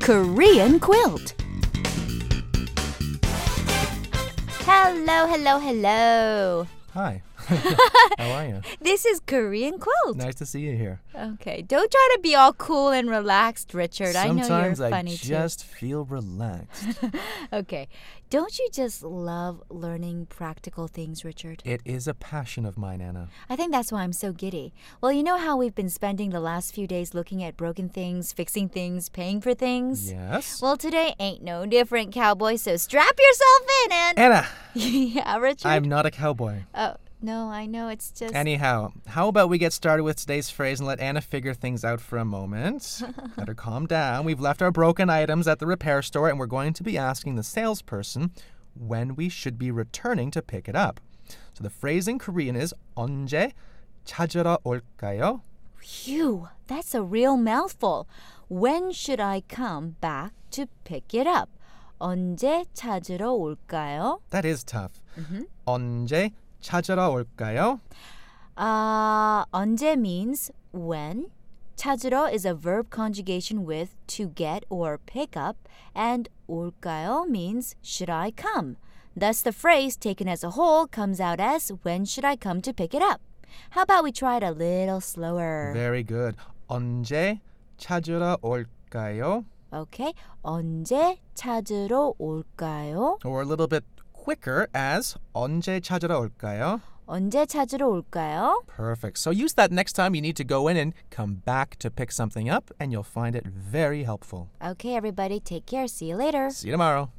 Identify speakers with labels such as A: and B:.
A: Korean quilt. Hello, hello, hello.
B: Hi. How are you?
A: This is Korean quilt.
B: Nice to see you here.
A: Okay, don't try to be all cool and relaxed, Richard.
B: Sometimes
A: I know you're funny
B: just feel relaxed.
A: too. Okay, don't you just love learning practical things, Richard?
B: it is a passion of mine, Anna.
A: I think that's why I'm so giddy. Well, you know how we've been spending the last few days looking at broken things, fixing things, paying for things?
B: Yes.
A: Well, today ain't no different, cowboy, so strap yourself in and.
B: Anna,
A: yeah, Richard.
B: I'm not a cowboy.
A: Oh, no, I know. It's just.
B: Anyhow, how about we get started with today's phrase and let Anna figure things out for a moment? let her calm down. We've left our broken items at the repair store and we're going to be asking the salesperson when we should be returning to pick it up. So the phrase in Korean is 언제 찾으러 올까요?
A: Phew, that's a real mouthful. When should I come back to pick it up? 언제 찾으러 올까요?
B: That is tough. 언제 찾으러 올까요?
A: Uh, 언제 means when. 찾으러 is a verb conjugation with to get or pick up, and 올까요 means should I come. Thus, the phrase taken as a whole comes out as when should I come to pick it up? How about we try it a little slower?
B: Very good. 언제 찾으러 올까요?
A: Okay. 언제 찾으러 올까요?
B: Or a little bit quicker as 언제 찾으러 올까요?
A: 언제 찾으러 올까요?
B: Perfect. So use that next time you need to go in and come back to pick something up, and you'll find it very helpful.
A: Okay, everybody, take care. See you later.
B: See you tomorrow.